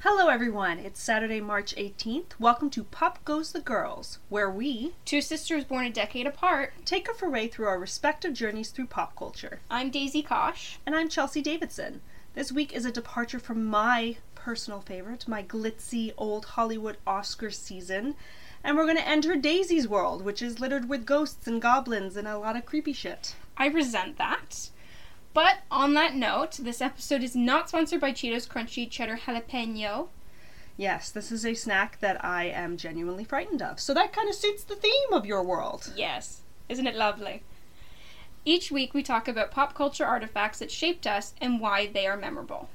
Hello, everyone. It's Saturday, March 18th. Welcome to Pop Goes the Girls, where we Two sisters born a decade apart. take a foray through our respective journeys through pop culture. I'm Daisy Kosh. And I'm Chelsea Davidson. This week is a departure from my personal favorite, my glitzy old Hollywood Oscar season. And we're going to enter Daisy's world, which is littered with ghosts and goblins and a lot of creepy shit. I resent that. But on that note, this episode is not sponsored by Cheetos Crunchy Cheddar Jalapeno. Yes, this is a snack that I am genuinely frightened of. So that kind of suits the theme of your world. Yes, isn't it lovely? Each week we talk about pop culture artifacts that shaped us and why they are memorable.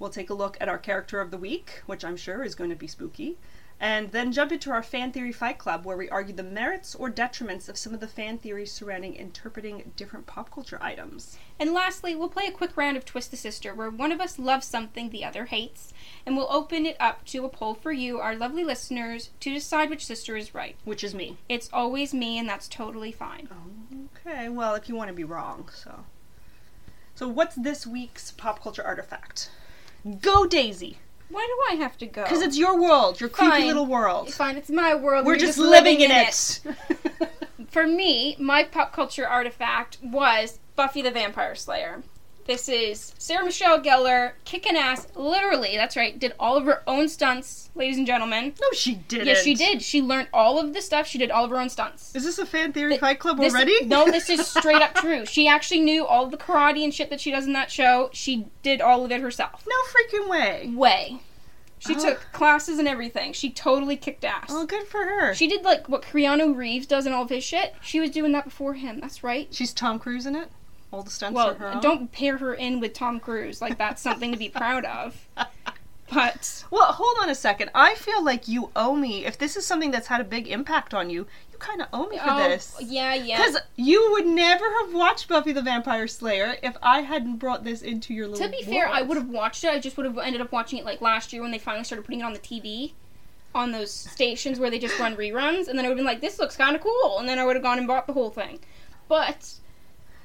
We'll take a look at our character of the week, which I'm sure is going to be spooky, and then jump into our fan theory fight club where we argue the merits or detriments of some of the fan theories surrounding interpreting different pop culture items. And lastly, we'll play a quick round of Twist the Sister where one of us loves something the other hates, and we'll open it up to a poll for you, our lovely listeners, to decide which sister is right. Which is me. It's always me, and that's totally fine. Okay, well, if you want to be wrong, so. So, what's this week's pop culture artifact? Go, Daisy! Why do I have to go? Because it's your world, your creepy Oh. Fine. little world. Fine, it's my world. We're you're just, living, in it. For me, my pop culture artifact was Buffy the Vampire Slayer. This is Sarah Michelle Gellar kicking ass, literally, that's right, did all of her own stunts, ladies and gentlemen. no, she didn't. Yes, she did. She learned all of the stuff. She did all of her own stunts. Is this a fan theory Th- fight club This- already? no, this is straight up true. She actually knew all the karate and shit that she does in that show. She did all of it herself. no freaking way. Way. She Oh. took classes and everything. She totally kicked ass. Oh, good for her. She did like what Keanu Reeves does in all of his shit. She was doing that before him. That's right. She's Tom Cruise in it. All the stunts are Well, her. own. don't pair her in with Tom Cruise. Like that's something to be proud of. But Well, hold on a second. I feel like you owe me. If this is something that's had a big impact on you, you kind of owe me for oh, this. yeah, yeah. Because you would never have watched Buffy the Vampire Slayer if I hadn't brought this into your little. To be fair, I world. would have watched it. I just would have ended up watching it like last year when they finally started putting it on the TV, on those stations where they just run reruns, and then I would have been like, "This looks kind of cool," and then I would have gone and bought the whole thing. But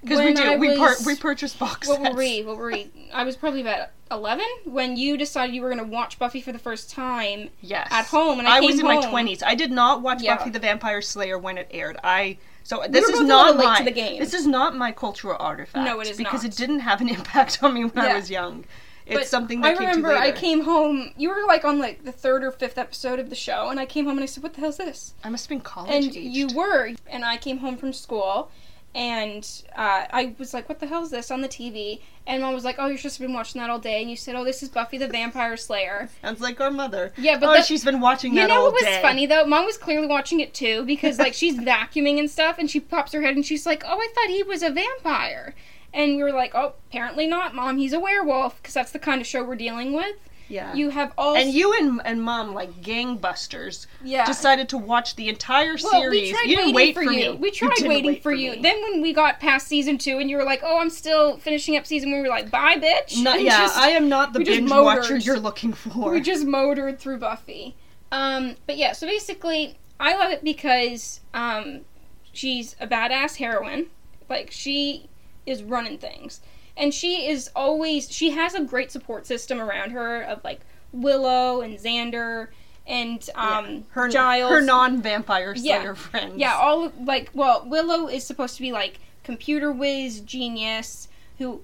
Because we when do. I we, par- was- we purchase box What sets. were we? What were we? I was probably about eleven when you decided you were going to watch Buffy for the first time Yes. at home, and I, I came was in home. my twenties. I did not watch Yeah. Buffy the Vampire Slayer when it aired. I so this were both is a not little late my to the game. this is not my cultural artifact. No, it is because not. it didn't have an impact on me when I Yeah. was young. It's But something I that came remember to I later. came home. You were like on like the third or fifth episode of the show, and I came home and I said, "What the hell's this?" I must have been college and aged. you were, and I came home from school, and uh, I was like, "What the hell's this on the TV?" And mom was like, "Oh, you're supposed to have been watching that all day," and you said, "Oh, this is Buffy the Vampire Slayer." Sounds like our mother. Yeah, but oh, that- she's been watching You that know all what was day. funny though? Mom was clearly watching it too because like she's vacuuming and stuff, and she pops her head and she's like, "Oh, I thought he was a vampire," and we were like, "Oh, apparently not, Mom. He's a werewolf," because that's the kind of show we're dealing with. Yeah. You have all and you and and mom like gangbusters yeah. decided to watch the entire well, series. we tried you didn't waiting wait for, for you. me. We tried didn't waiting wait for, you. me. Then when we got past season two, and you were like, "Oh, I'm still finishing up season," one, we were like, "Bye, bitch." Not- And yeah, just- I am not the we just binge motored. watcher you're looking for. We just motored through Buffy. Um, but yeah, so basically, I love it because um, she's a badass heroine. Like, she is running things. And she is always, she has a great support system around her of like Willow and Xander and um, her Giles. her non-vampire Yeah. slayer friends. Yeah, all of- like well, Willow is supposed to be like computer whiz genius who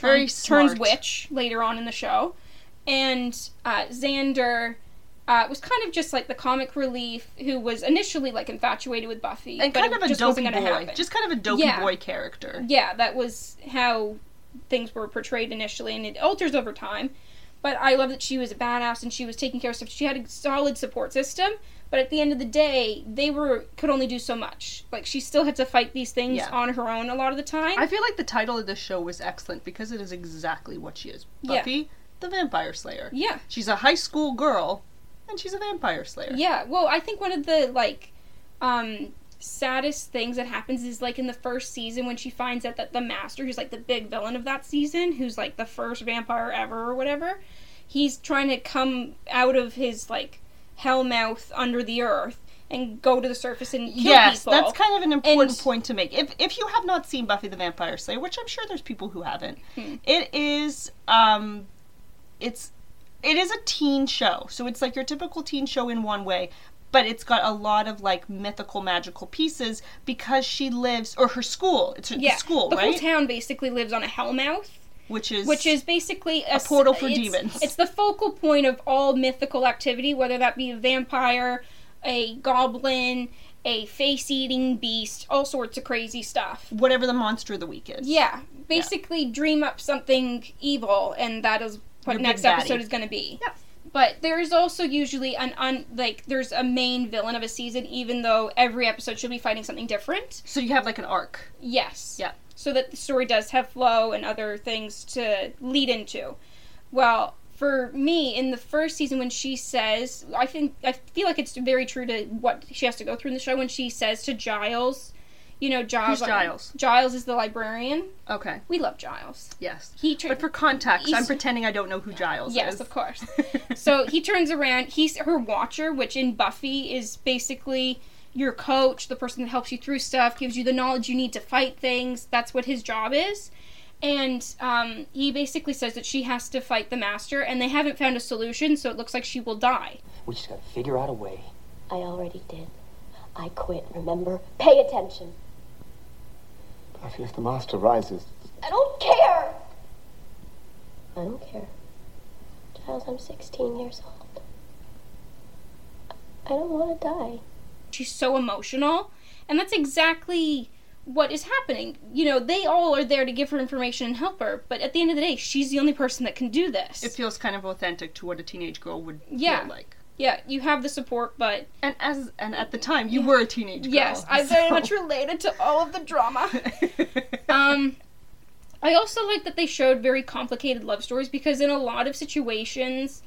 Very turns turns smart. witch later on in the show, and uh, Xander uh, was kind of just like the comic relief who was initially like infatuated with Buffy and but kind it of a just dopey wasn't boy, gonna happen. just kind of a dopey Yeah. boy character. yeah, that was how things were portrayed initially, and it alters over time. But I love that she was a badass and she was taking care of stuff. She had a solid support system, but at the end of the day, they were could only do so much. Like she still had to fight these things Yeah. on her own a lot of the time. I feel like the title of this show was excellent because it is exactly what she is. Yeah. Buffy, the Vampire Slayer. yeah, She's a high school girl, and she's a vampire slayer. yeah. Well, I think one of the like um saddest things that happens is like in the first season when she finds out that the master, who's like the big villain of that season, who's like the first vampire ever or whatever, he's trying to come out of his like hell mouth under the earth and go to the surface and kill Yes, people. that's kind of an important And- point to make. If if you have not seen Buffy the Vampire Slayer, which I'm sure there's people who haven't, Hmm. it is um, it's it is a teen show, so it's like your typical teen show in one way, but it's got a lot of like mythical magical pieces because she lives or her school. It's her Yeah, the school, the right? whole town basically lives on a hellmouth, which is which is basically a, s- portal for it's- demons. It's the focal point of all mythical activity, whether that be a vampire, a goblin, a face-eating beast, all sorts of crazy stuff. whatever the monster of the week is. Yeah, basically dream up something evil, and that is what Your big next baddie. episode is going to be. Yeah. But there is also usually an un like there's a main villain of a season, even though every episode should be fighting something different. So you have like an arc. Yes. Yeah. So that the story does have flow and other things to lead into. Well, for me, in the first season, when she says, I think I feel like it's very true to what she has to go through in the show when she says to Giles, you know, Giles. Who's Giles? Giles is the librarian. Okay. We love Giles. Yes. He tur- But for context, I'm He's- pretending I don't know who Giles yes, is. of course. so he turns around. He's her watcher, which in Buffy is basically your coach, the person that helps you through stuff, gives you the knowledge you need to fight things. That's what his job is. And um, he basically says that she has to fight the master, and they haven't found a solution, so it looks like she will die. We just gotta figure out a way. I already did. I quit, remember? Pay attention. Buffy, if the monster rises, I don't care! I don't care. Giles, I'm 16 years old. I don't want to die. She's so emotional, and that's exactly what is happening. You know, they all are there to give her information and help her, but at the end of the day, she's the only person that can do this. It feels kind of authentic to what a teenage girl would Yeah. feel like. yeah, you have the support, but And as and at the time, you were a teenage girl. Yes, I very much related to all of the drama. Um, I also like that they showed very complicated love stories because in a lot of situations,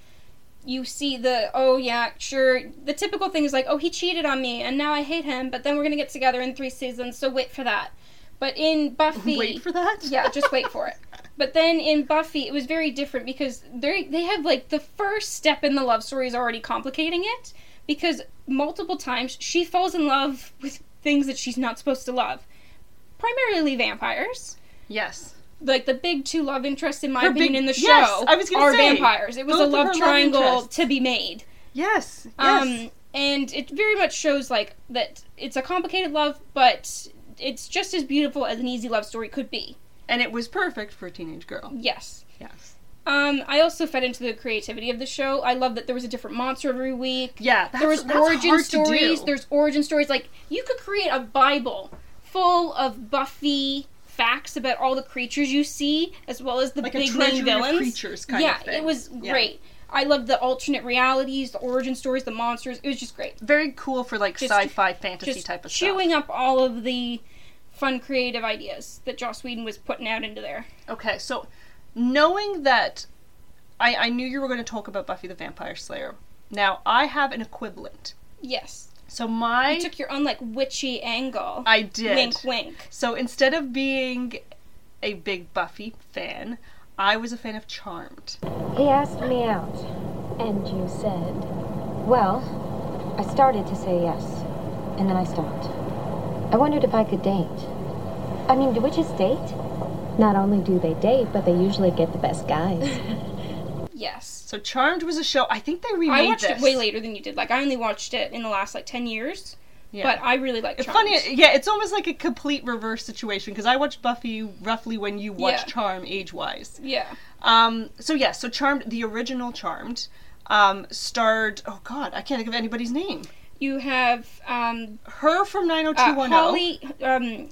you see the oh yeah sure the typical thing is like oh he cheated on me and now I hate him but then we're gonna get together in three seasons so wait for that. But in Buffy, Wait for that. yeah, just wait for it. But then in Buffy, it was very different because they they have like the first step in the love story is already complicating it because multiple times she falls in love with things that she's not supposed to love, primarily vampires. Yes. Like the big two love interests in my Her opinion big- in the show yes, I was gonna are say, vampires. It was both a of her love love triangle interests. to be made. Yes. Yes. Um, and it very much shows like that it's a complicated love, but it's just as beautiful as an easy love story could be. and it was perfect for a teenage girl. Yes. Yes. Um, I also fed into the creativity of the show. I love that there was a different monster every week. Yeah. That's, there was that's origin hard to stories. do. There's origin stories. Like you could create a Bible full of Buffy facts about all the creatures you see, as well as the like big a name treasury of villains. creatures kind yeah, of thing. it was Yeah. great. I loved the alternate realities, the origin stories, the monsters. It was just great. very cool for like Just- sci-fi fantasy Just type of chewing up all of the fun creative ideas that Joss Whedon was putting out into there. stuff. Okay, so knowing that, I, I knew you were going to talk about Buffy the Vampire Slayer. Now I have an equivalent. Yes, So my you took your own like witchy angle. I did. Wink, wink. So instead of being a big Buffy fan, I was a fan of Charmed. He asked me out. And you said? Well, I started to say yes, and then I stopped. I wondered if I could date. I mean, do witches date? Not only do they date, but they usually get the best guys. Yes. So Charmed was a show. I think they remade I watched this. it way later than you did. Like I only watched it in the last like ten years, Yeah. but I really like. It's Charmed. Funny, uh, yeah, it's almost like a complete reverse situation because I watched Buffy roughly when you watched Yeah. Charm age wise. Yeah, Um, so, yeah, so Charmed, the original Charmed, um, starred, oh god, I can't think of anybody's name. you have um, Her from uh, 90210. Holly. Um,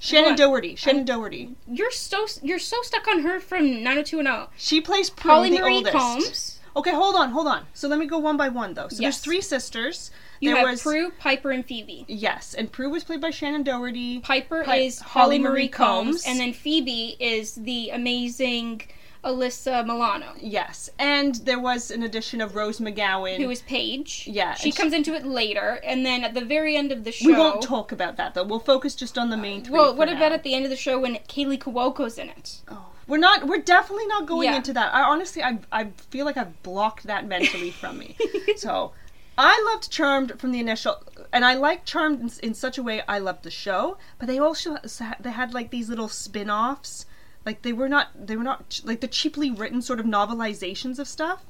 Shannon hold on. Doherty. Shannon Doherty. You're so you're so stuck on her from 90210. She plays Prue, Holly the Marie oldest. Combs. Okay, hold on, hold on. So let me go one by one though. So Yes. there's three sisters. You there have was Prue, Piper, and Phoebe. Yes, and Prue was played by Shannon Doherty. Piper Pi- is Holly Marie Combs, and then Phoebe is the amazing Alyssa Milano, Yes, and there was an addition of Rose McGowan. who is Paige. Yeah, she and she- comes into it later, and then at the very end of the show, we won't talk about that though. We'll focus just on the main three. Well, for what now. about at the end of the show when Kaylee Kawoko's in it? Oh. We're not. We're definitely not going Yeah. into that. I honestly, I I feel like I've blocked that mentally from me. so, I loved Charmed from the initial, and I liked Charmed in, in such a way. I loved the show, but they also sa- they had like these little spin-offs. Like they were not. They were not ch- like the cheaply written sort of novelizations of stuff.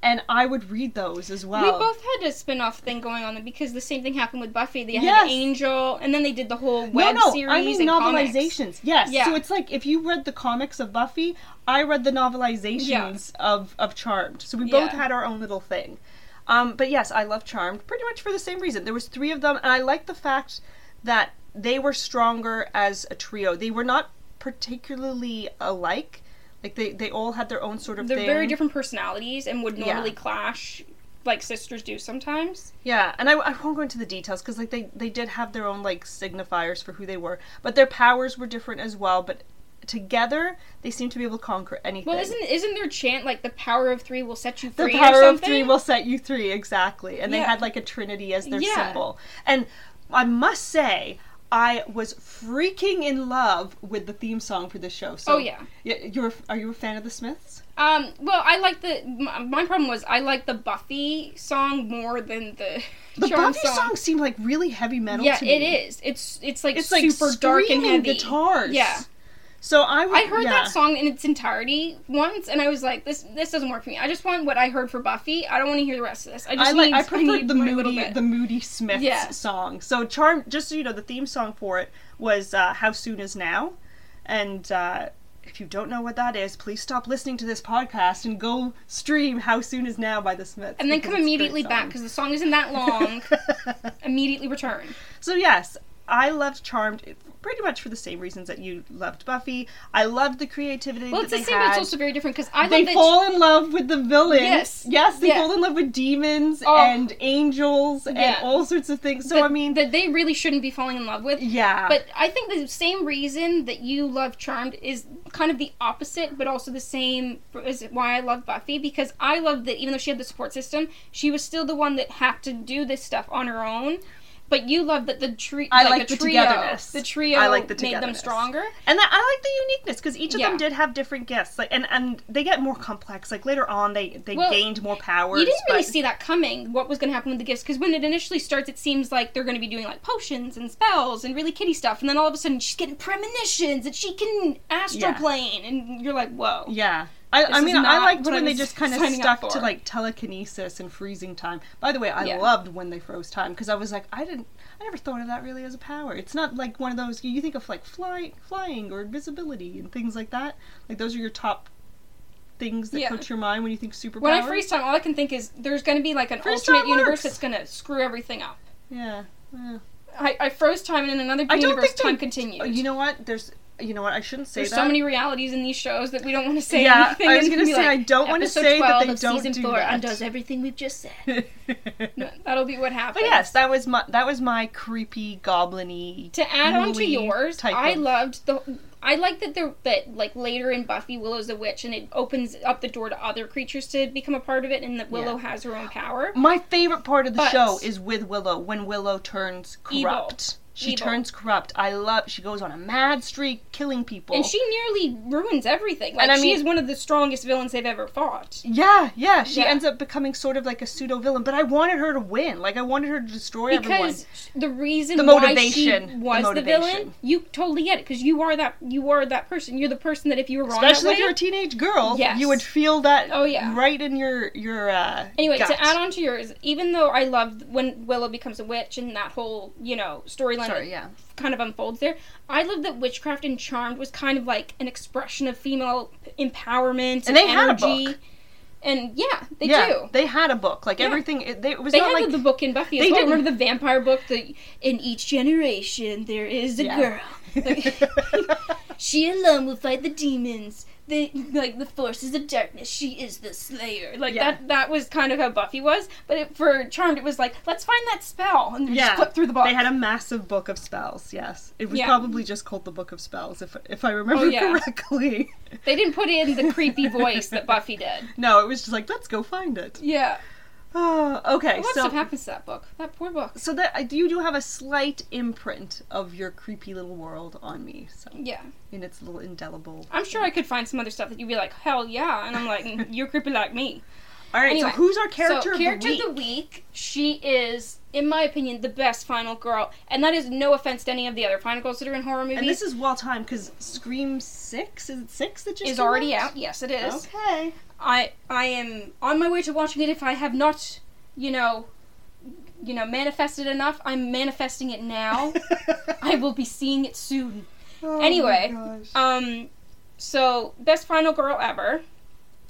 and I would read those as well. We both had a spin off thing going on because the same thing happened with Buffy. They had Yes. Angel, and then they did the whole web no, no, series. I mean and comics. novelizations. Yes. Yeah. So it's like if you read the comics of Buffy, I read the novelizations of of Charmed. So we both Yeah. had our own little thing. Um, but yes, I love Charmed pretty much for the same reason. There was three of them, and I like the fact that they were stronger as a trio. They were not particularly alike. Like they, they all had their own sort of They're thing. very different personalities and would Yeah. normally clash, like sisters do sometimes. Yeah, and I, I won't go into the details because like they they did have their own like signifiers for who they were, but their powers were different as well. But together, they seem to be able to conquer anything. Well, isn't isn't their chant like the power of three will set you the free? or power something? of three will set you three exactly? And they Yeah. had like a trinity as their Yeah. symbol. And I must say, I was freaking in love with the theme song for this show. So Oh yeah. y- you're are you a fan of the Smiths? Um. Well, I like the. My, my problem was I like the Buffy song more than the. The Charmed Buffy song. seemed like really heavy metal. Yeah, to me. it is. It's it's like It's like super dark and screaming heavy. guitars. Yeah. So I would, I heard yeah. that song in its entirety once, and I was like, "This this doesn't work for me. I just want what I heard for Buffy. I don't want to hear the rest of this. I just I like. need, I preferred need the my little moody, bit. the moody Smiths Yeah. song. So charm, just so you know, the theme song for it was uh, "How Soon Is Now," and uh, if you don't know what that is, please stop listening to this podcast and go stream "How Soon Is Now" by the Smiths, and then because come it's a great immediately back song. because the song isn't that long. immediately return. So yes, I loved Charmed pretty much for the same reasons that you loved Buffy. I loved the creativity Well, that it's the they same, had. but it's also very different because I they love that fall in love with the villains. Yes. Yes, they Yeah. fall in love with demons Oh. and angels and Yeah. all sorts of things. So that- I mean, that they really shouldn't be falling in love with. yeah. But I think the same reason that you love Charmed is kind of the opposite, but also the same is why I love Buffy because I love that even though she had the support system, she was still the one that had to do this stuff on her own. But you love that the trio, I like, like the, the trio, togetherness. the trio, I like the made them togetherness. stronger. and that, I like the uniqueness because each of Yeah. them did have different gifts. Like, and and they get more complex. Like later on, they they Well, gained more powers. You didn't really but- see that coming. What was going to happen with the gifts? Because when it initially starts, it seems like they're going to be doing like potions and spells and really kitty stuff, and then all of a sudden she's getting premonitions and she can astroplane, and you're like, whoa. Yeah. I, I is mean, I not liked what I when they was just kind of signing up stuck to for. like telekinesis and freezing time. By the way, I Yeah. loved when they froze time because I was like, I didn't, I never thought of that really as a power. It's not like one of those you think of like fly, flying or invisibility and things like that. Like those are your top things that Yeah. go to your mind when you think superpowers. When I freeze time, all I can think is there's going to be like an Freeze time alternate universe works. that's going to screw everything up. yeah. yeah. I, I froze time, and in another I don't universe, think time they- continues. Oh, You know what? There's, you know what? I shouldn't say there's that. so many realities in these shows that we don't want to say Yeah, anything. I was and gonna be say, like, I don't wanna "Episode say that 12 they of don't season do four that." undoes everything we've just said. but That'll be what happens. yes, that was my that was my creepy goblin-y to add on to Really yours, type I of- loved the. I like that there that like later in Buffy, Willow's a witch, and it opens up the door to other creatures to become a part of it, and that Willow has her own power. My favorite part of the But- show is with Willow when Willow turns Evil. corrupt. She Evil. turns corrupt. I love. She goes on a mad streak, killing people. And she nearly ruins everything. Like And I she mean- is one of the strongest villains they've ever fought. yeah, yeah. She Yeah. ends up becoming sort of like a pseudo villain. But I wanted her to win. Like I wanted her to destroy everyone. Because the reason The why motivation. she The was the, motivation. villain, you totally get it because you are that you are that person. You're the person that if you were wrong, that Especially if way- you're a teenage girl, Yes. you would feel that. Oh, yeah. right in your your. Uh, Anyway, gut. to add on to yours, even though I loved when Willow becomes a witch and that whole, you know, storyline that Sorry, yeah. kind of unfolds there, I loved that witchcraft and charmed was kind of like an expression of female empowerment and, And they had a energy. book. And yeah, they yeah, do. they had a book. Like Yeah. everything, it, they, it was They not had like the book in Buffy as they well. didn't- Remember the vampire book? The in each generation there is a Yeah. girl. She alone will fight the demons. The like the forces of darkness. She is the slayer. Like Yeah. that. That was kind of how Buffy was. But it, for Charmed, it was like let's find that spell and Yeah. just flip through the book. They had a massive book of spells. Yes, it was Yeah. probably just called the Book of Spells, if if I remember Oh, yeah. correctly. They didn't put in the creepy voice that Buffy did. No, it was just like let's go find it. Yeah. Oh, okay, What stuff so happens to that book? That poor book. so that I- you do have a slight imprint of your creepy little world on me, so Yeah. in its little indelible. I'm sure I could find some other stuff that you'd be like, hell yeah. And I'm like, "Mm, you're creepy like me. All right, Anyway, so who's our character, so, of, character the week? of the week, she is, in my opinion, the best final girl. And that is no offense to any of the other final girls that are in horror movies. And this is well timed because Scream Six is it six that just Oh. is came already out. Yes, it is. Okay, I I am on my way to watching it. If I have not, you know, you know, manifested enough, I'm manifesting it now. I will be seeing it soon. Oh my Anyway, gosh. Um, so best final girl ever,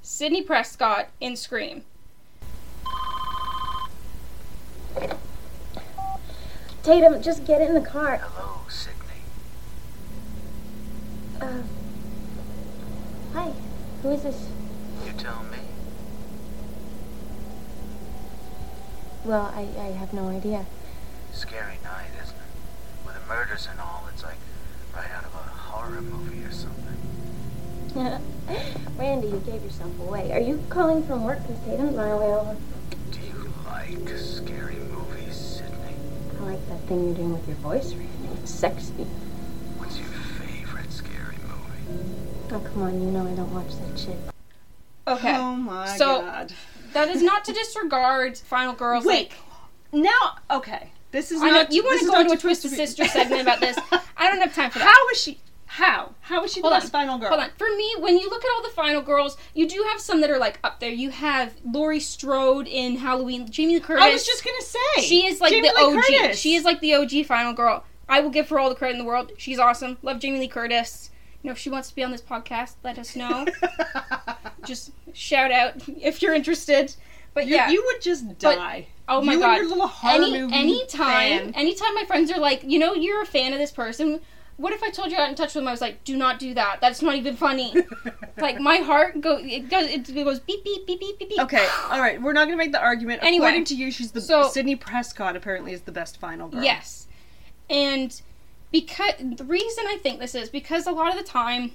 Sydney Prescott in Scream. Tatum, just get in the car. Hello, Oh, Sydney. Uh, hi, who is this? You tell me. Well, I, I have no idea. Scary night, isn't it? With the murders and all, it's like right out of a horror movie or something. Randy, you gave yourself away. Are you calling from work? Because Tatum's on her way over. Do you like scary movies, Sydney? I like that thing you're doing with your voice, Randy. It's sexy. What's your favorite scary movie? Oh, come on, you know I don't watch that shit. Okay, Oh my So- god. that is not to disregard Final Girls. Wait. like, Now, okay. This is I know- not. you wanna this is go not into a supposed to Twisted be- Sister segment about this. I don't have time for that. How is she? How? How is she Hold the on. best final girl? Hold on. For me, when you look at all the final girls, you do have some that are like up there. You have Laurie Strode in Halloween, Jamie Lee Curtis. I was just gonna say she is like Jamie the Lee OG. Curtis. She is like the OG final girl. I will give her all the credit in the world. She's awesome. Love Jamie Lee Curtis. You know, if she wants to be on this podcast, let us know. just shout out if you're interested. But you, yeah, you would just But- die. oh my you god, and your little horror any movie anytime fan. anytime my friends are like you know you're a fan of this person what if i told you i got in touch with them i was like do not do that that's not even funny like my heart go it goes it goes beep beep beep beep beep beep Okay, all right. We're not gonna make the argument. Anyway, According to you, she's the so- Sydney Prescott. Apparently, is the best final girl. yes and because the reason i think this is because a lot of the time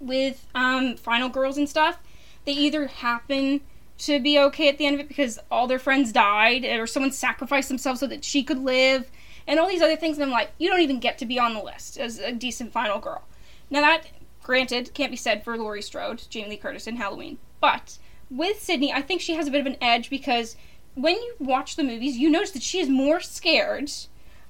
with um final girls and stuff they either happen to be okay at the end of it because all their friends died or someone sacrificed themselves so that she could live and all these other things and i'm like you don't even get to be on the list as a decent final girl now that granted can't be said for laurie strode jamie lee curtis in halloween but with sydney i think she has a bit of an edge because when you watch the movies you notice that she is more scared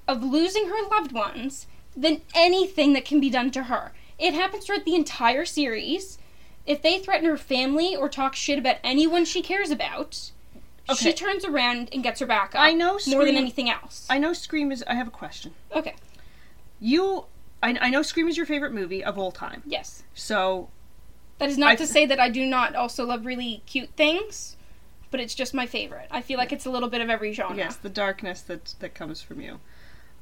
of losing her loved ones than anything that can be done to her it happens throughout the entire series if they threaten her family or talk shit about anyone she cares about, Okay. she turns around and gets her back up. I know more than Scream- anything else. I know Scream is. I have a question. okay. You, I, I know Scream is your favorite movie of all time. Yes. So That is not I- to say that I do not also love really cute things, but it's just my favorite. I feel like it's a little bit of every genre yes, the darkness that that comes from you.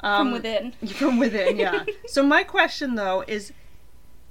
from Um, within. From within, yeah. so my question though is,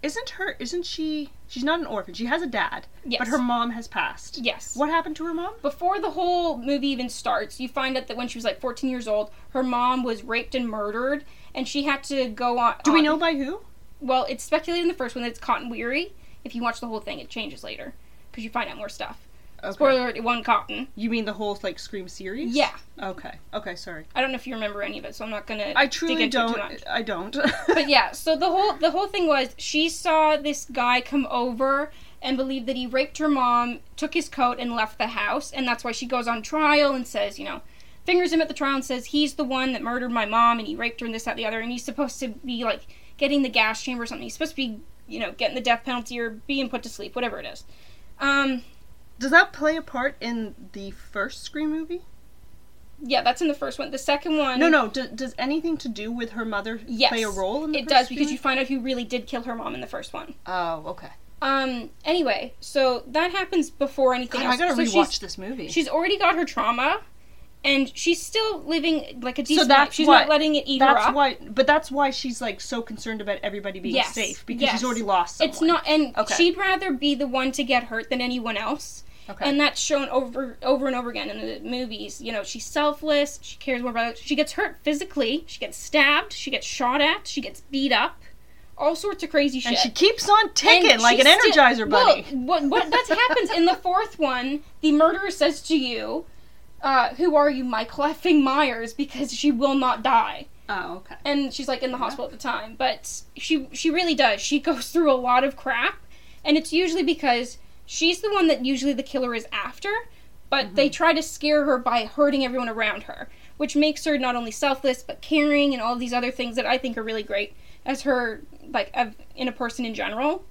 isn't her? Isn't she? She's not an orphan. She has a dad, Yes. but her mom has passed. Yes. What happened to her mom? Before the whole movie even starts, you find out that when she was like 14 years old, her mom was raped and murdered, and she had to go on. Do we on- know by who? Well, it's speculated in the first one that it's Cotton Weary. If you watch the whole thing, it changes later because you find out more stuff. Okay. Spoiler alert, it won Cotton. You mean the whole like Scream series? Yeah. Okay. Okay. Sorry. I don't know if you remember any of it, so I'm not gonna. I dig truly into it too don't. much. I don't. But yeah, so the whole the whole thing was she saw this guy come over and believed that he raped her mom, took his coat, and left the house, and that's why she goes on trial and says, you know, fingers him at the trial and says he's the one that murdered my mom and he raped her and this that and the other, and he's supposed to be like getting the gas chamber or something. He's supposed to be you know getting the death penalty or being put to sleep, whatever it is. Um, Does that play a part in the first Scream movie? yeah, that's in the first one. The second one, No, no. Do, does anything to do with her mother yes, play a role in the it first does Scream because you movie? find out who really did kill her mom in the first one. Oh, okay. Um. Anyway, so that happens before anything God, else. I gotta so rewatch she's, this movie. She's already got her trauma, and she's still living like a decent life. that's She's what- not letting it eat her that's up. why, but that's why she's like so concerned about everybody being Yes, safe because yes. she's already lost. Someone. it's not, and Okay. she'd rather be the one to get hurt than anyone else. Okay. And that's shown over over and over again in the movies. You know, she's selfless. She cares more about. She gets hurt physically. She gets stabbed. She gets shot at. She gets beat up. All sorts of crazy shit. and she keeps on ticking And like an she's still- energizer bunny. Well, what, what that happens in the fourth one, the murderer says to you, uh, "Who are you, Michael effing Myers?" Because she will not die, oh, okay. and she's like in the hospital at the time. But she she really does. She goes through a lot of crap, and it's usually because she's the one that usually the killer is after. But Mm-hmm. they try to scare her by hurting everyone around her, which makes her not only selfless but caring and all these other things that I think are really great as her like of, in a person in general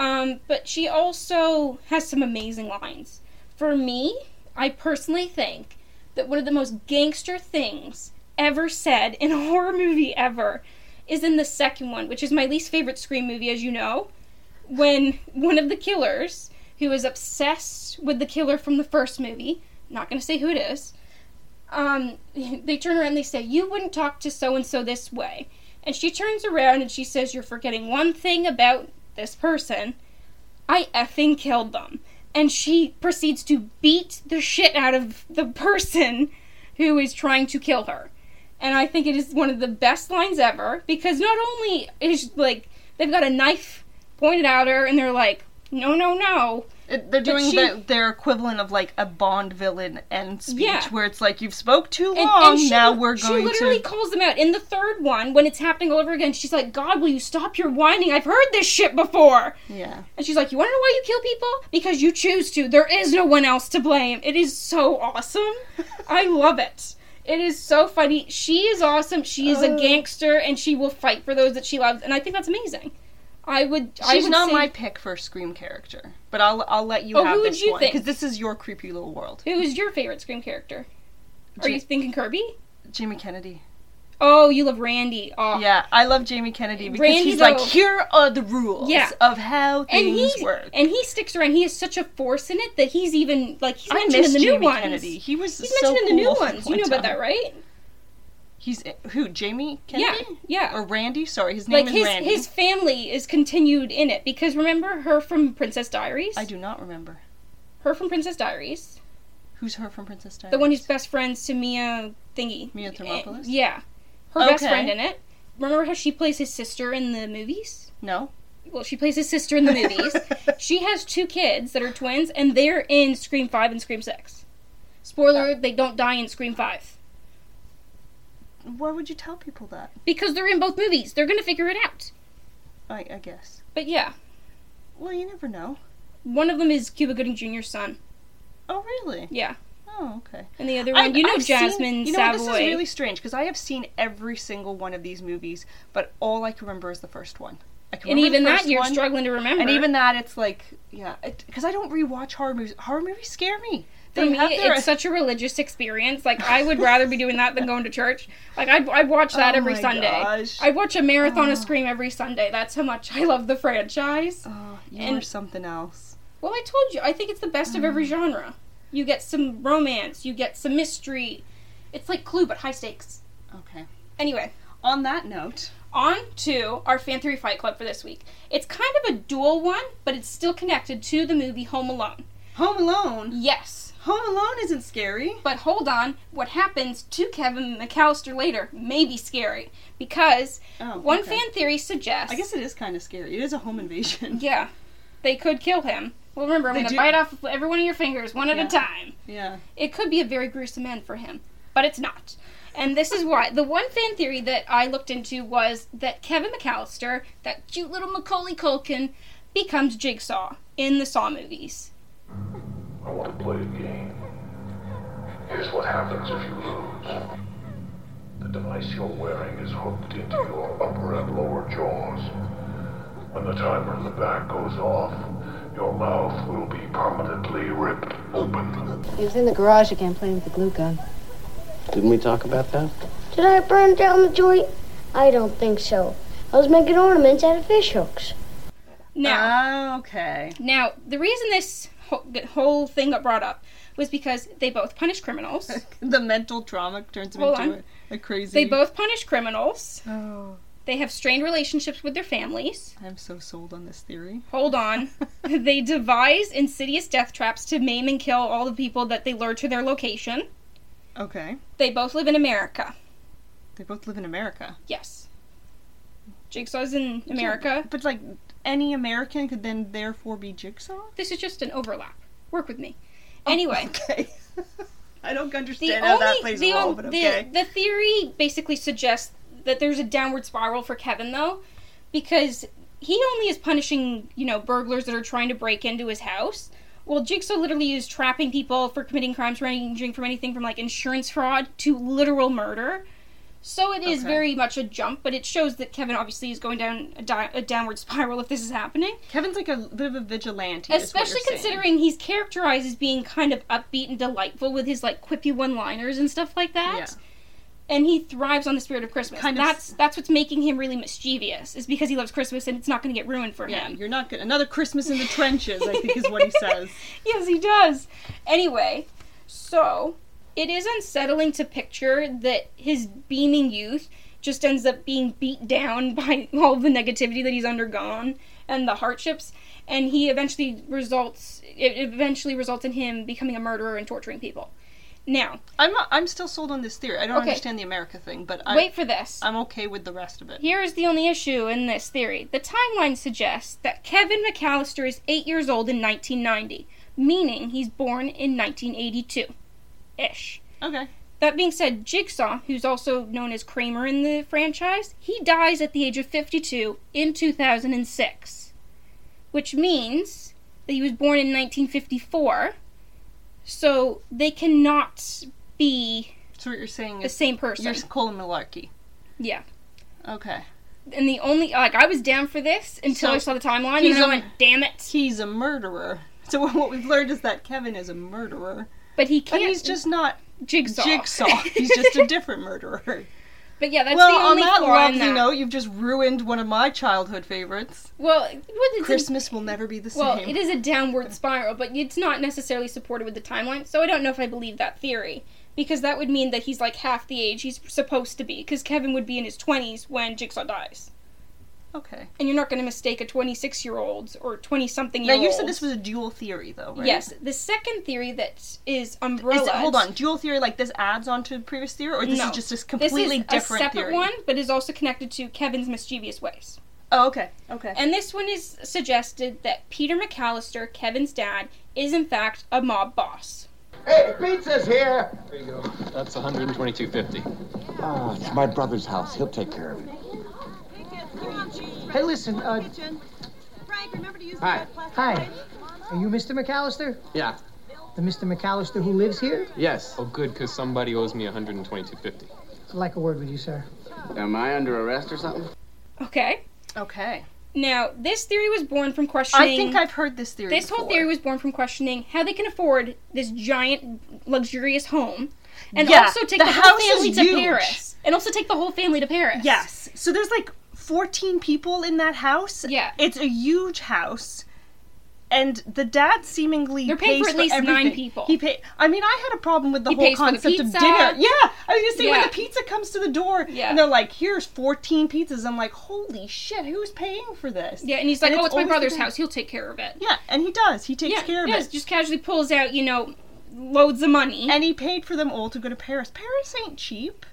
Um, but she also has some amazing lines. For me, I personally think that one of the most gangster things ever said in a horror movie ever is in the second one, which is my least favorite Scream movie, as you know, when one of the killers, who is obsessed with the killer from the first movie, not going to say who it is, um, they turn around and they say, You wouldn't talk to so and so this way. And she turns around and she says, You're forgetting one thing about this person. I effing killed them. And she proceeds to beat the shit out of the person who is trying to kill her. And I think it is one of the best lines ever because not only is like they've got a knife pointed at her and they're like, no, no, no. It, Uh, they're doing she- the, their equivalent of like a Bond villain end speech, Yeah. where it's like you've spoke too And, long. and she, now we're she going literally to. calls them out in the third one when it's happening all over again. She's like, God, will you stop your whining? I've heard this shit before. Yeah, And she's like, You want to know why you kill people? Because you choose to. There is no one else to blame. It is so awesome. I love it. It is so funny. She is awesome. She is Oh. a gangster and she will fight for those that she loves. And I think that's amazing. I would. I she's would not say, my pick for a scream character, but I'll I'll let you Oh, have who would this you one think? because this is your creepy little world. Who is your favorite Scream character? Are Ju- you thinking Kirby? Jamie Kennedy. Oh, you love Randy. Oh. Yeah, I love Jamie Kennedy because Randy, he's like though- here are the rules Yeah. of how And things he work. and he sticks around. He is such a force in it that he's even like he's I mentioned miss in the new Jamie ones. Kennedy. He was He's so mentioned in the new cool at ones. You one know about time. that, right? He's who? Jamie Kennedy Yeah, yeah. or Randy? Sorry, his name like is his Randy. his family is continued in it because remember her from Princess Diaries. I do not remember Her from Princess Diaries, who's her from Princess Diaries. the one who's best friends to Mia Thingy. Mia Eh, Thermopolis? Yeah, her best Okay. friend in it. Remember how she plays his sister in the movies? no. Well, she plays his sister in the movies. she has two kids that are twins, and they're in Scream Five and Scream Six. Spoiler: Oh. alert, They don't die in Scream Five Why would you tell people that? because they're in both movies. They're gonna figure it out. I, I guess. But yeah, Well, you never know. one of them is Cuba Gooding Jr.'s son. Oh, really? Yeah, Oh, okay. and the other one, I've- you know, I've seen- Jasmine you know, what, Savoy. this is really strange because I have seen every single one of these movies, but all I can remember is the first one. I can And remember even the that first you're one, struggling to remember. and even that, it's like, yeah, because I don't rewatch horror movies. Horror movies scare me. for They me, have their- it's such a religious experience. Like I would rather be doing that than going to church. Like I'd, I'd watch that Oh every my Sunday. gosh. I'd watch a marathon of Scream every Sunday. That's how much I love the franchise. Oh, you and- were something else. Well, I told you, I think it's the best of Mm. every genre. You get some romance, you get some mystery. It's like Clue but high stakes. Okay. Anyway, On that note, on to our Fan Theory Fight Club for this week. It's kind of a dual one, but it's still connected to the movie Home Alone. Home Alone. Yes, Home Alone isn't scary. But hold on, what happens to Kevin McAllister later may be scary because Oh, one okay. fan theory suggests. I guess it is kind of scary. It is a home invasion. Yeah, they could kill him. Well, remember, I'm They going to do- bite off every one of your fingers one at Yeah. a time. Yeah. It could be a very gruesome end for him, but it's not. And this is why the one fan theory that I looked into was that Kevin McAllister, that cute little Macaulay Culkin, becomes Jigsaw in the Saw movies. I want to play a game. Here's what happens if you lose. The device you're wearing is hooked into your upper and lower jaws. When the timer in the back goes off, your mouth will be permanently ripped open. He was in the garage again playing with the glue gun. Didn't we talk about that? Did I burn down the joint? I don't think so. I was making ornaments out of fish hooks. Now, Ah, okay. Now, the reason this whole, whole thing got brought up was because they both punish criminals. The mental trauma turns him Hold into on. a, a crazy. they both punish criminals. Oh, They have strained relationships with their families. I'm so sold on this theory. Hold on. they devise insidious death traps to maim and kill all the people that they lure to their location. Okay. They both live in America. They both live in America. Yes. Jigsaw's in America. But like any American could then therefore be Jigsaw? This is just an overlap. Work with me. Anyway. Okay. I don't the understand only, how that plays the, a role, on- but the- okay. the theory basically suggests that there's a downward spiral for Kevin though, because he only is punishing you know burglars that are trying to break into his house. Well, Jigsaw literally is trapping people for committing crimes ranging from anything from like insurance fraud to literal murder. So it is Okay. very much a jump, but it shows that Kevin obviously is going down a, di- a downward spiral if this is happening. Kevin's like a bit of a vigilante. is what Especially you're saying. considering he's characterized as being kind of upbeat and delightful with his like quippy one-liners and stuff like that. And he thrives on the spirit of Christmas. Kind of that's that's what's making him really mischievous, is because he loves Christmas and it's not going to get ruined for Yeah, him. you're not good. Another Christmas in the trenches, I think, is what he says. Yes, he does. Anyway, so it is unsettling to picture that his beaming youth just ends up being beat down by all the negativity that he's undergone and the hardships, and he eventually results. It eventually results in him becoming a murderer and torturing people. Now, I'm not, I'm still sold on this theory. I don't Okay. understand the America thing, but I, wait for this. I'm okay with the rest of it. Here is the only issue in this theory. The timeline suggests that Kevin McAllister is eight years old in 1990, meaning he's born in 1982 ish. Okay. That being said, Jigsaw, who's also known as Kramer in the franchise, he dies at the age of 52 in 2006, which means that he was born in 1954. So they cannot be So what you're saying the is same you're person. calling malarkey. Yeah. Okay. And the only like I was down for this until So I saw the timeline and he's then I on- went, "Damn it!" He's a murderer. So what we've learned is that Kevin is a murderer, But he but can't. he's just not jigsaw. Jigsaw. He's just a different murderer. but yeah, that's the well, on only that flaw in lovely that. note, you've just ruined one of my childhood favorites. well, what is it- Christmas will never be the same. Well, it is a downward spiral, but it's not necessarily supported with the timeline, so I don't know if I believe that theory. Because that would mean that he's like half the age he's supposed to be, because Kevin would be in his 20s when Jigsaw dies. okay. And you're not going to mistake a 26 year old or 20 something Now year old. you said this was a dual theory, though, right? Yes. The second theory that is umbrella. Is it, hold on, dual theory like this adds on to the previous theory, or this No. is just a This is completely a different separate theory? one, but is also connected to Kevin's mischievous ways. Oh, okay, okay. And this one is suggested that Peter McAllister, Kevin's dad, is in fact a mob boss. Hey, pizza's here! There you go. That's 122.50. Ah, it's my brother's house. He'll take care of it. Hey, listen, uh. Hi. Hi. Are you Mr. McAllister? Yeah. The Mr. McAllister who lives here? Yes. Oh, good, because somebody owes me 122.50. I'd like a word with you, sir. Am I under arrest or something? Okay. okay. Now, this theory was born from questioning. I think I've heard this theory. This whole before. theory was born from questioning how they can afford this giant, luxurious home, and Yeah, also take the the, whole house is family to huge. Paris, and also take the whole family to Paris. Yes. So there's like 14 people in that house. Yeah. It's a huge house. And the dad seemingly They're paying pays for at least nine everything. people. He pay. I mean, I had a problem with the He whole pays for the concept of pizza. dinner. Yeah, I was gonna say when Yeah. the pizza comes to the door, Yeah. and they're like, "Here's 14 pizzas." I'm like, "Holy shit, who's paying for this?" Yeah, and he's like, "Oh, it's my always the brother's dad." house. He'll take care of it." Yeah, and he does. He takes yeah, care of yes, it. just casually pulls out, you know, loads of money. And he paid for them all to go to Paris. Paris ain't cheap.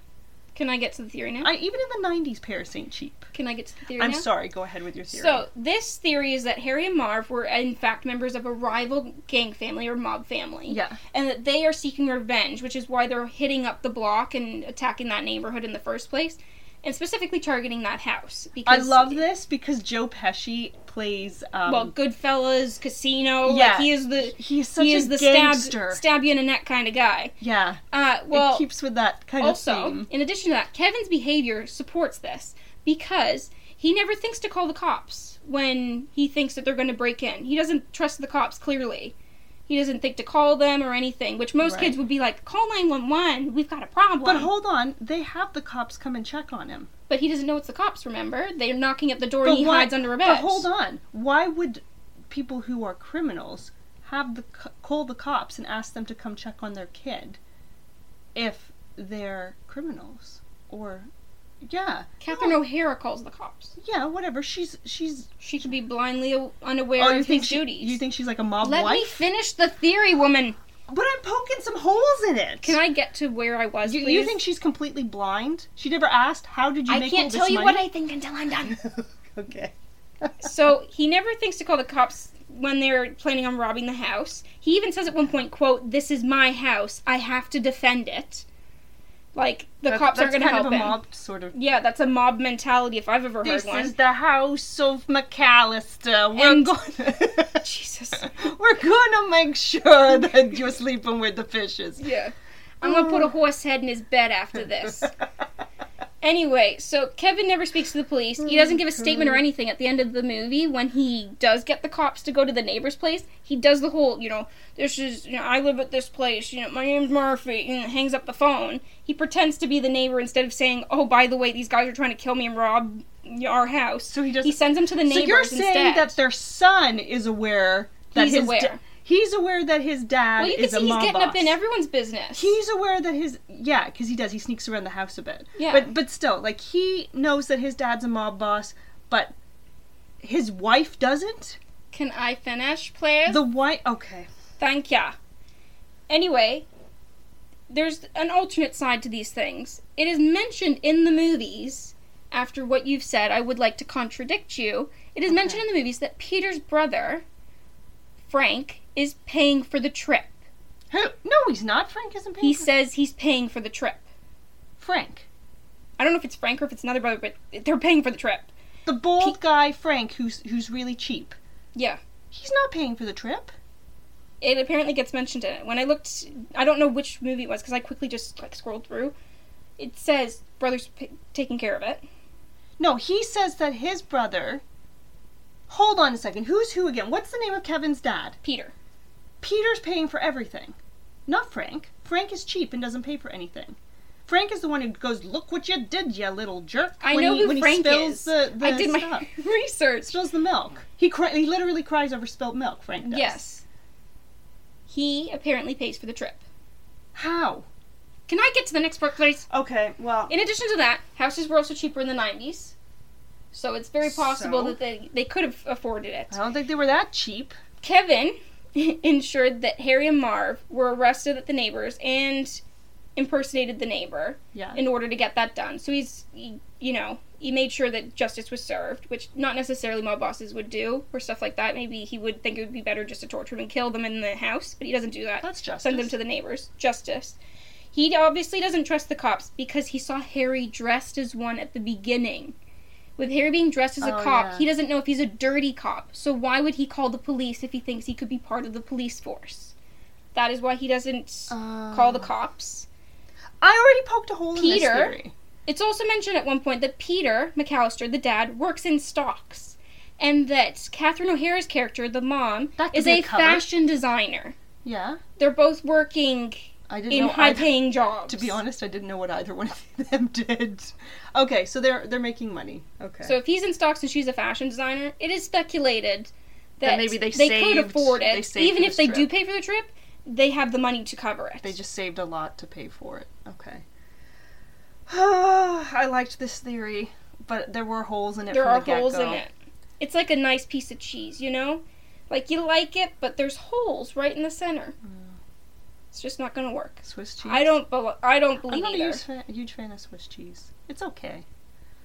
Can I get to the theory now? I, even in the 90s, Paris ain't cheap. Can I get to the theory I'm now? sorry. Go ahead with your theory. So this theory is that Harry and Marv were in fact members of a rival gang family or mob family. Yeah. And that they are seeking revenge, which is why they're hitting up the block and attacking that neighborhood in the first place. And specifically targeting that house. I Because love this because Joe Pesci plays. Um, well, Goodfellas, Casino. like, Yeah. he is the he is such he a is the gangster. stab stab you in the neck kind of guy. yeah, Uh well it keeps with that kind also, of theme. in addition to that, Kevin's behavior supports this because he never thinks to call the cops when he thinks that they're going to break in. He doesn't trust the cops clearly. He doesn't think to call them or anything, which most Right. kids would be like, "Call 911. We've got a problem." But hold on, they have the cops come and check on him. But he doesn't know it's the cops, remember? They're knocking at the door but and he why- hides under a bed. But hold on, why would people who are criminals have the co- call the cops and ask them to come check on their kid if they're criminals or? Yeah, Catherine O'Hara calls the cops. yeah, whatever. She's she's. She could be blindly o- unaware oh, of you his think she, duties. you think she's like a mob Let wife? me finish the theory, woman. but I'm poking some holes in it. Can I get to where I was, You, please? you think she's completely blind? She never asked, "How did you I make all can't this tell you what money?" I think until I'm done. okay. so he never thinks to call the cops when they're planning on robbing the house. He even says at one point, "quote This is my house. I have to defend it." Like the That- cops aren't that's going to kind help of a him. mob sort of. Yeah, that's a mob mentality if I've ever heard This one. is the house of McAllister. We're And- going. Jesus. We're gonna make sure that you're sleeping with the fishes. Oh. Yeah. I'm gonna put a horse head in his bed after this. Anyway, so Kevin never speaks to the police. He doesn't give a statement or anything at the end of the movie. When he does get the cops to go to the neighbor's place, he does the whole, you know, this is, you know, I live at this place, you know, my name's Murphy, and hangs up the phone. He pretends to be the neighbor instead of saying, oh, by the way, these guys are trying to kill me and rob our house. So he does. He sends him to the So neighbors you're saying instead. that their son is aware that He's his aware. da- he's aware that his dad well, you can is see a he's mob getting boss. up in everyone's business. He's aware that his yeah, because he does. He sneaks around the house a bit. Yeah. But but still, like he knows that his dad's a mob boss, but his wife doesn't. Can I finish, please? The wife. Okay. Thank ya. Anyway, there's an alternate side to these things. It is mentioned in the movies, after what you've said, I would like to contradict you. It is mentioned in the movies that Peter's brother, Frank, is paying for the trip. Who? No, he's not. Frank isn't paying. He for- says he's paying for the trip. Frank. I don't know if it's Frank or if it's another brother, but they're paying for the trip. The bald guy Frank, who's who's really cheap. Yeah. He's not paying for the trip. it apparently gets mentioned in it. When I looked, I don't know which movie it was because I quickly just like scrolled through. It says brothers p- taking care of it. No, he says that his brother. Hold on a second. Who's who again? What's the name of Kevin's dad? Peter. Peter's paying for everything. Not Frank. Frank is cheap and doesn't pay for anything. Frank is the one who goes, "Look what you did, you little jerk!" I when know he, who when Frank he spills is. The, the I did my stuff. research. Spills the milk. He cri- he literally cries over spilt milk. Frank does. Yes. He apparently pays for the trip. How? Can I get to the next part, please? Okay. Well. In addition to that, houses were also cheaper in the '90s, so it's very possible So? that they they could have afforded it. I don't think they were that cheap. Kevin ensured that Harry and Marv were arrested at the neighbors and impersonated the neighbor Yeah. in order to get that done. So he's, he, you know, he made sure that justice was served, which not necessarily mob bosses would do or stuff like that. Maybe he would think it would be better just to torture them and kill them in the house, but he doesn't do that. That's Send them justice. to the neighbors. Justice. He obviously doesn't trust the cops because he saw Harry dressed as one at the beginning. With Harry being dressed as a Oh, cop, yeah. he doesn't know if he's a dirty cop. So why would he call the police if he thinks he could be part of the police force? That is why he doesn't Oh. call the cops. I already poked a hole in this Peter- theory. It's also mentioned at one point that Peter McAllister, the dad, works in stocks, and that Catherine O'Hara's character, the mom, That could is be a, a cover. fashion designer. Yeah. They're both working I didn't in know either. high-paying jobs. To be honest, I didn't know what either one of them did. Okay, so they're they're making money. Okay. So if he's in stocks and she's a fashion designer, it is speculated that, That maybe they could saved- afford they it. saved Even for this if they do trip. pay for the trip, they have the money to cover it. They just saved a lot to pay for it. Okay. I liked this theory, but there were holes in it. there from are the holes in get-go. it. It's like a nice piece of cheese, you know? Like you like it, but there's holes right in the center. Mm. It's just not going to work. Swiss cheese. I don't bel I don't I'm believe not a either. huge fan, a huge fan of Swiss cheese. It's okay.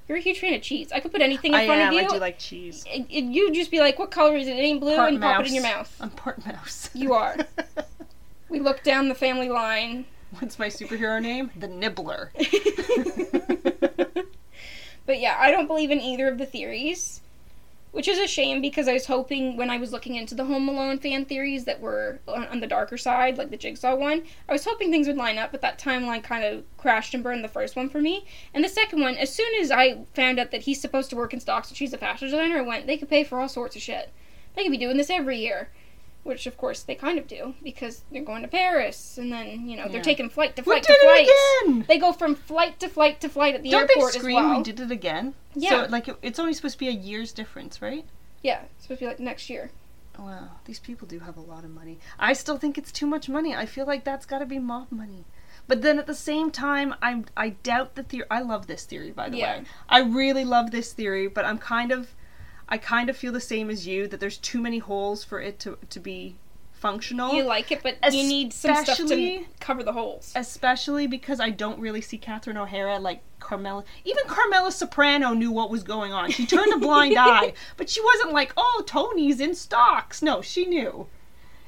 You're a huge fan of cheese. I could put anything in I front am. of you. I do like cheese. and- and you'd just be like, "What color is it? It ain't blue," Part and pop it in your mouth. I'm part mouse. You are. we look down the family line. What's my superhero name? The Nibbler. But yeah, I don't believe in either of the theories, which is a shame because I was hoping when I was looking into the Home Alone fan theories that were on, on the darker side, like the Jigsaw one, I was hoping things would line up, but that timeline kind of crashed and burned the first one for me. And the second one, as soon as I found out that he's supposed to work in stocks and she's a fashion designer, I went, they could pay for all sorts of shit. They could be doing this every year. Which of course they kind of do because they're going to Paris and then you know they're Yeah. taking flight to we flight did to flight. it again. They go from flight to flight to flight at the Don't they airport scream? as well. We did it again. Yeah. So like it, it's only supposed to be a year's difference, right? Yeah, it's supposed to be like next year. Wow, these people do have a lot of money. I still think it's too much money. I feel like that's got to be mob money. But then at the same time, I I doubt the theory. I love this theory, by the Yeah. way. I really love this theory, but I'm kind of, I kind of feel the same as you that there's too many holes for it to to be functional. You like it, but you need some stuff to Especially- cover the holes. Especially because I don't really see Catherine O'Hara like Carmela. Even Carmela Soprano knew what was going on. She turned a blind eye, but she wasn't like, "Oh, Tony's in stocks." No, she knew.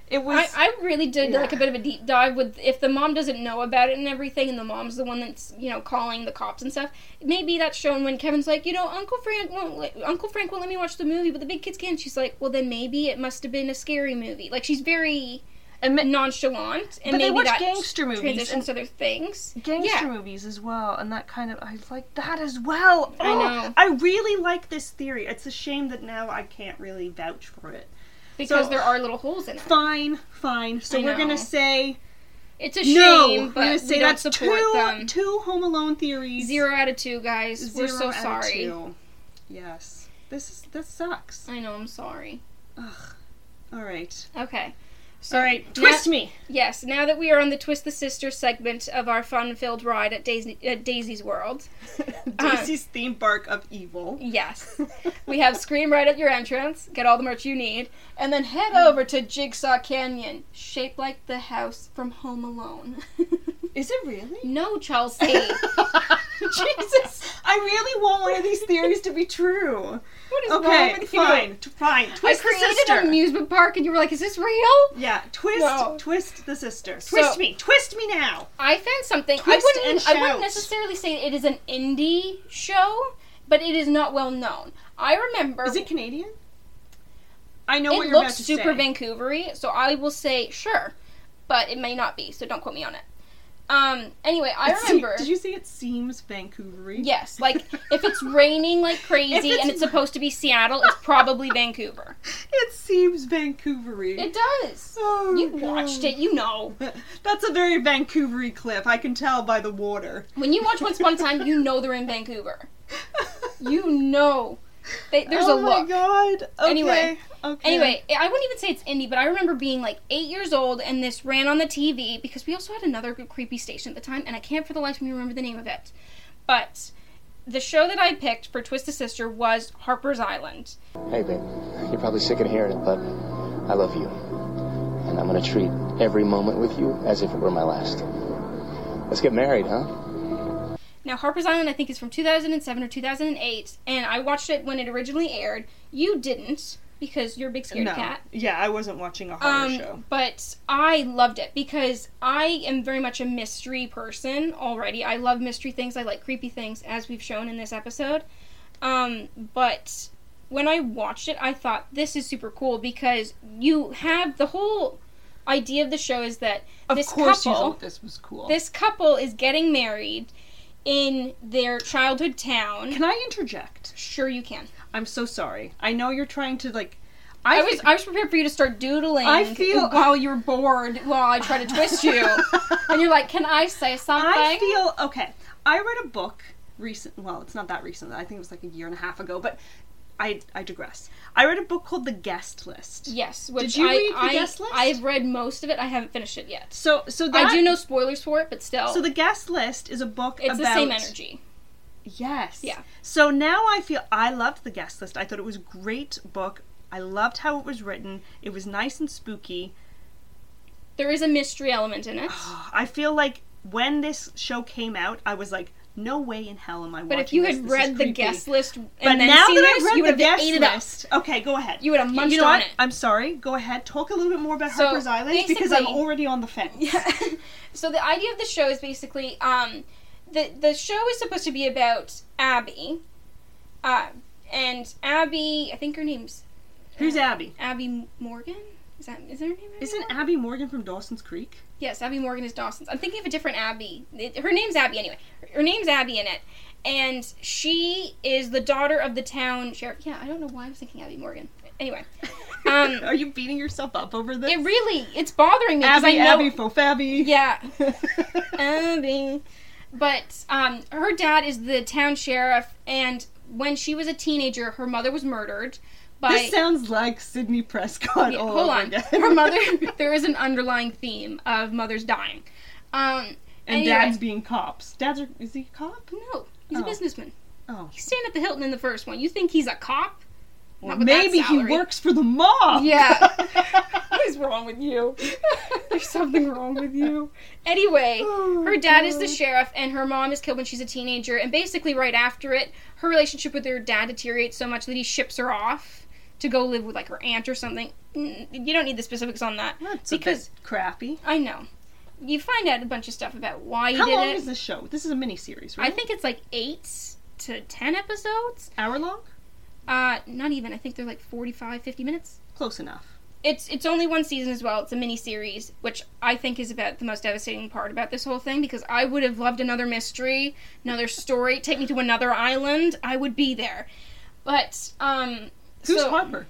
It was. I, I really did Yeah. like a bit of a deep dive with if the mom doesn't know about it and everything, and the mom's the one that's you know calling the cops and stuff. Maybe that's shown when Kevin's like, you know, Uncle Frank won't let, Uncle Frank won't let me watch the movie, but the big kids can. She's like, well, then maybe it must have been a scary movie. Like she's very nonchalant and but maybe they watch that gangster movies transitions and- to their things. Gangster yeah. movies as well, and that kind of I like that as well. I Oh, know. I really like this theory. It's a shame that now I can't really vouch for it. because So- there are little holes in it. Fine, fine. So I we're know. gonna say It's a no. shame, we're but gonna say we that's don't support two, them. two Home Alone theories. Zero out of two, guys. Zero We're so out of sorry. two. Yes, this is this sucks. I know. I'm sorry. Ugh. All right. Okay. So, All right. now- Twist me. Yes. Now that we are on the twist the sister segment of our fun-filled ride at, Daisy, at Daisy's World, Uh, Daisy's theme park of evil. Yes. we have Scream right at your entrance, get all the merch you need, and then head Mm. over to Jigsaw Canyon, shaped like the house from Home Alone. Is it really? no, Chelsea. Jesus, I really want one of these theories to be true. What is Okay, wrong with you? fine, t- fine. I Twist the created sister. an amusement park and you were like, is this real? yeah, twist, No. twist the sister. So- Twist me, twist me now. I found something. Twist I wouldn't. and I wouldn't shout. necessarily say it is an indie show, but it is not well known. I remember Is it Canadian? I know it what you're looks about to super say. Vancouvery, so I will say sure, but it may not be. So don't quote me on it. Um. Anyway, I It se- remember. Did you say it seems Vancouvery? Yes, like if it's raining like If crazy it's and it's supposed to be Seattle, it's probably Vancouver. it seems Vancouvery. It does. Oh, You no. watched it, you know. That's a very Vancouvery clip. I can tell by the water. When you watch Once Upon a Time, you know they're in Vancouver. You know, they, there's oh a my look. god. Okay. Anyway. Okay. Anyway, I wouldn't even say it's indie, but I remember being like eight years old and this ran on the TV because we also had another creepy station at the time, and I can't for the life of me remember the name of it. But the show that I picked for Twisted Sister was Harper's Island. Hey, babe. You're probably sick of hearing it, but I love you. And I'm gonna treat every moment with you as if it were my last. Let's get married, huh? Now, Harper's Island, I think, is from 2007 or 2008, and I watched it when it originally aired. You didn't because you're a big scaredy no. cat. Yeah, I wasn't watching a horror Um, show. but I loved it because I am very much a mystery person already. I love mystery things. I like creepy things, as we've shown in this episode. Um, but when I watched it, I thought this is super cool because you have the whole idea of the show is that Of this course couple you thought this was cool. this couple is getting married in their childhood town. Can I interject? Sure, you can. I'm so sorry. I know you're trying to like I, I, was fe- I was prepared for you to start doodling. I feel- while you're bored while I try to twist you, and you're like, "Can I say something?" I feel okay. I read a book recent well, it's not that recent. I think it was like a year and a half ago, but I I digress. I read a book called The Guest List. yes. Which Did you I, read the I, guest list? I've read most of it. I haven't finished it yet. So so that I do know spoilers for it, but still, So The Guest List is a book it's about the same energy. Yes. Yeah. So now I feel I loved the guest list. I thought it was a great book. I loved how it was written. It was nice and spooky. There is a mystery element in it, I feel like when this show came out, I was like, no way in hell am I but watching if you this. had This is read the creepy. guest list and but then now seen that this, I've read you would the have guest ate it up. list, okay, go ahead. You would have munched you know on what? it. I'm sorry. Go ahead. Talk a little bit more about So, Harper's Island because I'm basically- already on the fence. Yeah. so the idea of the show is basically um, the the show is supposed to be about Abby, uh, and Abby. I think her name's Who's Abby? Abby Morgan. Is that is that her name? Abby Isn't Morgan? Abby Morgan from Dawson's Creek? Yes, Abby Morgan is Dawson's. I'm thinking of a different Abby. It- her name's Abby anyway. Her, her name's Abby in it, and she is the daughter of the town sheriff. Yeah, I don't know why I was thinking Abby Morgan. Anyway, um, Are you beating yourself up over this? it really it's bothering me because I Abby, know. Abby, faux Abby. Yeah, Um, Abby. But um, her dad is the town sheriff, and when she was a teenager, her mother was murdered by. This sounds like Sydney Prescott. Yeah, all hold over on. again. Her mother. there is an underlying theme of mothers dying. Um, and anyway, dad's being cops. Dad's are, is he a cop? No, he's a Oh. businessman. Oh, He's staying at the Hilton in the first one. You think he's a cop? well, Not with that maybe he salary. works for the mob. Yeah. what is wrong with you? There's something wrong with you. Anyway, Oh, her dad is the God. sheriff, and her mom is killed when she's a teenager. And basically, right after it, her relationship with her dad deteriorates so much that he ships her off to go live with like her aunt or something. Mm, You don't need the specifics on that That's because because crappy. I know you find out a bunch of stuff about why he How did long it. is this show? This is a mini series, right? I think it's like eight to ten episodes. hour long. Uh, not even. I think they're like 45, 50 minutes. Close enough. it's it's only one season as well. It's a mini series, which I think is about the most devastating part about this whole thing because I would have loved another mystery, another story. Take me to another island. I would be there. But um, Who's Harper?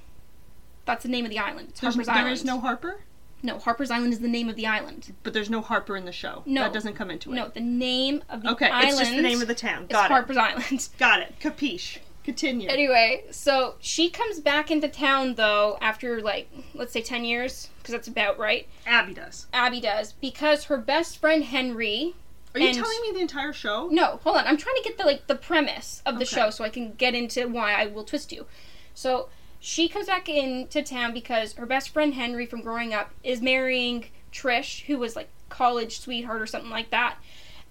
That's the name of the island. It's There's- Harper's there Island. is no Harper? No, Harper's Island is the name of the island. But there's no Harper in the show. No. That doesn't come into it. No, the name of the Okay, island. it's just the name of the town. It's Got it. Harper's Island. Got it. Capiche. Continue. Anyway, so she comes back into town though after like let's say ten years because that's about right. Abby does. Abby does because her best friend Henry. Are you and- telling me the entire show? No, hold on. I'm trying to get the like the premise of the Okay. show so I can get into why I will twist you. So she comes back into town because her best friend Henry from growing up is marrying Trish, who was like college sweetheart or something like that.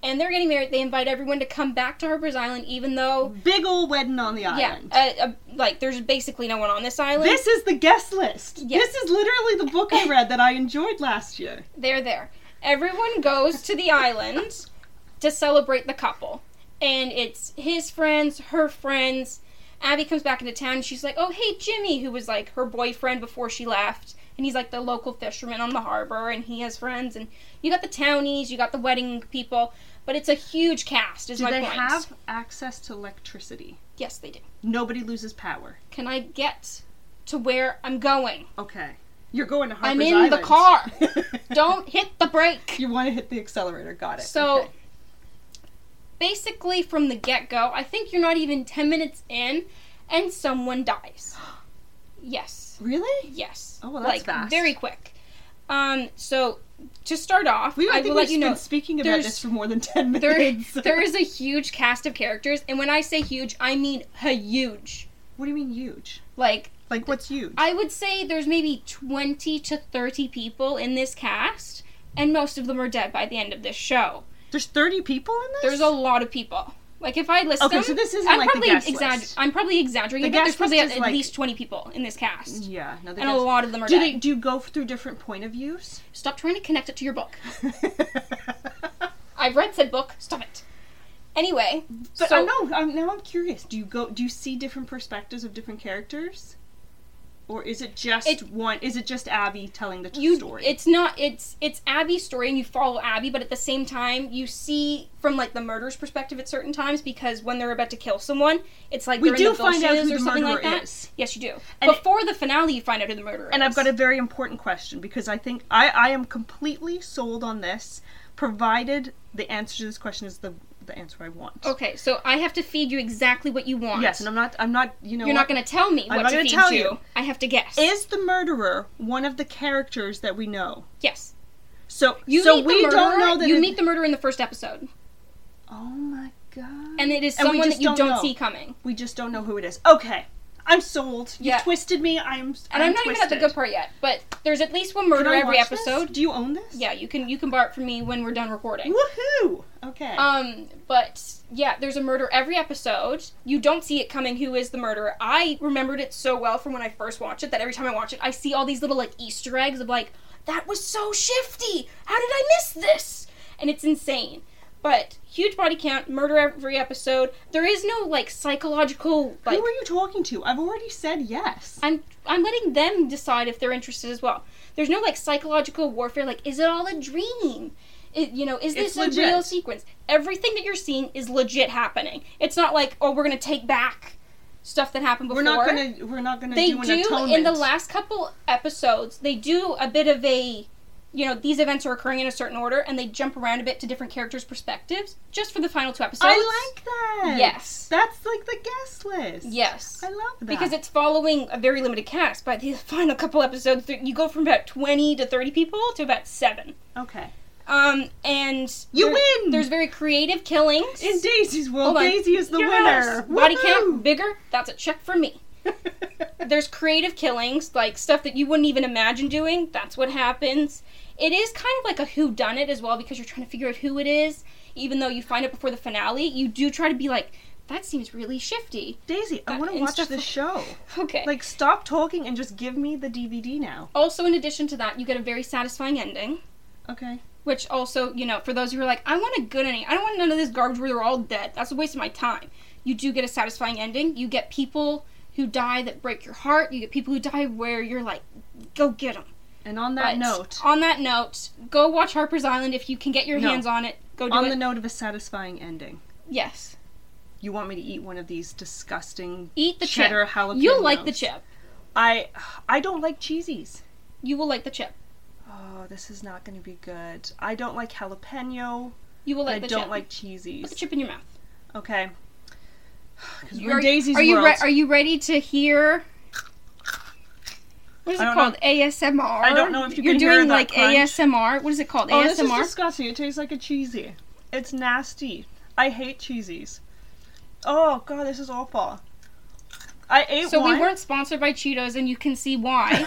And they're getting married. They invite everyone to come back to Harper's Island, even though big old wedding on the island. Yeah, uh, uh, like there's basically no one on this island. This is the guest list. Yes. This is literally the book I read that I enjoyed last year. They're there. Everyone goes to the island to celebrate the couple. And it's his friends, her friends. Abby comes back into town and she's like, Oh, hey, Jimmy, who was like her boyfriend before she left. And he's like the local fisherman on the harbor and he has friends. And you got the townies, you got the wedding people. But it's a huge cast, is Do my they point. have access to electricity? Yes, they do. Nobody loses power. Can I get to where I'm going? Okay. You're going to Harper's I'm in the Island. car. Don't hit the brake. You want to hit the accelerator. Got it. So basically, from the get go, I think you're not even 10 minutes in, and someone dies. yes. Really? Yes. Oh, well, that's like, fast. Very quick. Um, so to start off, We, I, I think will we've let you know. been speaking about there's- this for more than 10 there, minutes. there is a huge cast of characters, and when I say huge, I mean huge. What do you mean huge? Like, Like, what's huge? I would say there's maybe 20 to 30 people in this cast, and most of them are dead by the end of this show. There's 30 people in this? There's a lot of people. Like if I list Okay, them, so this isn't I'm like the probably guest exagger- list. I'm probably exaggerating, The but guest there's probably list at, is at like- least 20 people in this cast. Yeah, no, they and a don't- lot of them are do dead. They, do you go through different point of views? Stop trying to connect it to your book. I've read said book. Stop it. Anyway, But so I know I'm, now I'm curious. Do you go? Do you see different perspectives of different characters, or is it just one? Is it just Abby telling the t- you story? it's not it's it's Abby's story and you follow Abby, but at the same time you see from like the murderer's perspective at certain times because when they're about to kill someone, it's like We they're do in the find out bushes who or the something like murderer that. is. Yes, you do. And it- Before the finale, you find out who the murderer and is. I've got a very important question because I think I, I am completely sold on this, provided the answer to this question is the the answer I want. Okay, so I have to feed you exactly what you want. Yes, and I'm not. I'm not. You know, You're what? not going to tell me I'm what not to gonna feed tell you. you. I have to guess. Is the murderer one of the characters that we know? yes. So You so meet we the murderer, don't know that you it- meet the murderer in the first episode, Oh my god. and it is And we someone just that you don't don't, know. see coming. We just don't know who it is. Okay, I'm sold. You Yeah. twisted me. I'm. And I'm, not twisted. even at the good part yet, but there's at least one Can murder I every watch this? episode. Do you own this? Yeah, you can you can borrow it from me when we're done recording. Woohoo! Okay. Um, but yeah, there's a murder every episode. You don't see it coming. Who is the murderer? I remembered it so well from when I first watched it that every time I watch it, I see all these little like Easter eggs of like that was so shifty. How did I miss this? And it's insane. But huge body count, murder every episode. There is no like psychological like who are you talking to? I've already said yes. I'm I'm letting them decide if they're interested as well. There's no like psychological warfare. Like, is it all a dream? It, you know, is It's this legit. a real sequence? Everything that you're seeing is legit happening. It's not like oh, we're gonna take back stuff that happened We're not before. gonna. We're not gonna They do an do atonement. in the last couple episodes. They do a bit of a, you know, these events are occurring in a certain order, and they jump around a bit to different characters' perspectives, just for the final two episodes. I like that. Yes. That's like the guest list. Yes. I love that. because it's following a very limited cast. By the final couple episodes, th- you go from about twenty to thirty people to about seven. okay. Um, and You there- win! There's very creative killings. In Daisy's world, Hold on. Daisy is the Yes! winner. Body Woohoo! count bigger. That's a check for me. there's creative killings, like stuff that you wouldn't even imagine doing. That's what happens. It is kind of like a who done it as well because you're trying to figure out who it is. Even though you find it before the finale, you do try to be like, that seems really shifty. Daisy, I That want to Uh, and watch stuff- this show. Okay. Like, stop talking and just give me the DVD now. Also, in addition to that, you get a very satisfying ending, Okay. which also, you know, for those who are like, I want a good ending. I don't want none of this garbage where they're all dead. That's a waste of my time. You do get a satisfying ending. You get people who die that break your heart. You get people who die where you're like, go get them. And on that note- on that note, go watch Harper's Island if you can get your No. hands on it. Go do on it. the note of a satisfying ending. yes, You want me to eat one of these disgusting eat the cheddar chip. jalapenos? You'll like the chip. I I don't like cheesies. You will like the chip. Oh, this is not going to be good. I don't like jalapeno. You will like I the don't chip. like cheesies. Put the chip in your mouth. Okay. 'Cause You- we're are, Daisy's are you world. re- are you ready to hear? What is I it don't know. called? ASMR. I don't know if you are can doing hear that like crunch. ASMR. What is it called? Oh, ASMR. this is disgusting. It tastes like a cheesy. It's nasty. I hate cheesies. Oh god, this is awful. I ate so one. we weren't sponsored by Cheetos, and you can see why.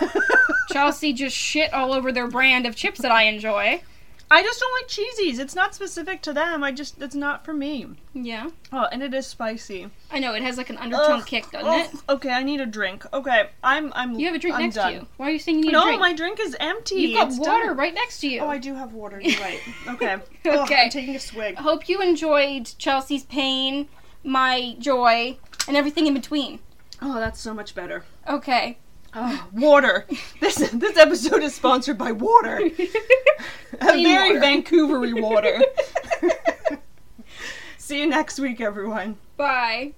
Chelsea just shit all over their brand of chips that I enjoy. I just don't like cheesies. It's not specific to them. I just it's not for me. Yeah. Oh, and it is spicy. I know it has like an undertone Ugh, kick, doesn't ugh. it? Okay, I need a drink. Okay, I'm I'm. You have a drink I'm next done. to you. Why are you saying you need no, a drink? my drink is empty. You've got It's water done. right next to you. Oh, I do have water. You're right. Okay. Okay. Ugh, I'm taking a swig. Hope you enjoyed Chelsea's pain, my joy, and everything in between. Oh, that's so much better. Okay. Oh, water. This this episode is sponsored by water. a Clean very water. Vancouvery water. See you next week, everyone. Bye.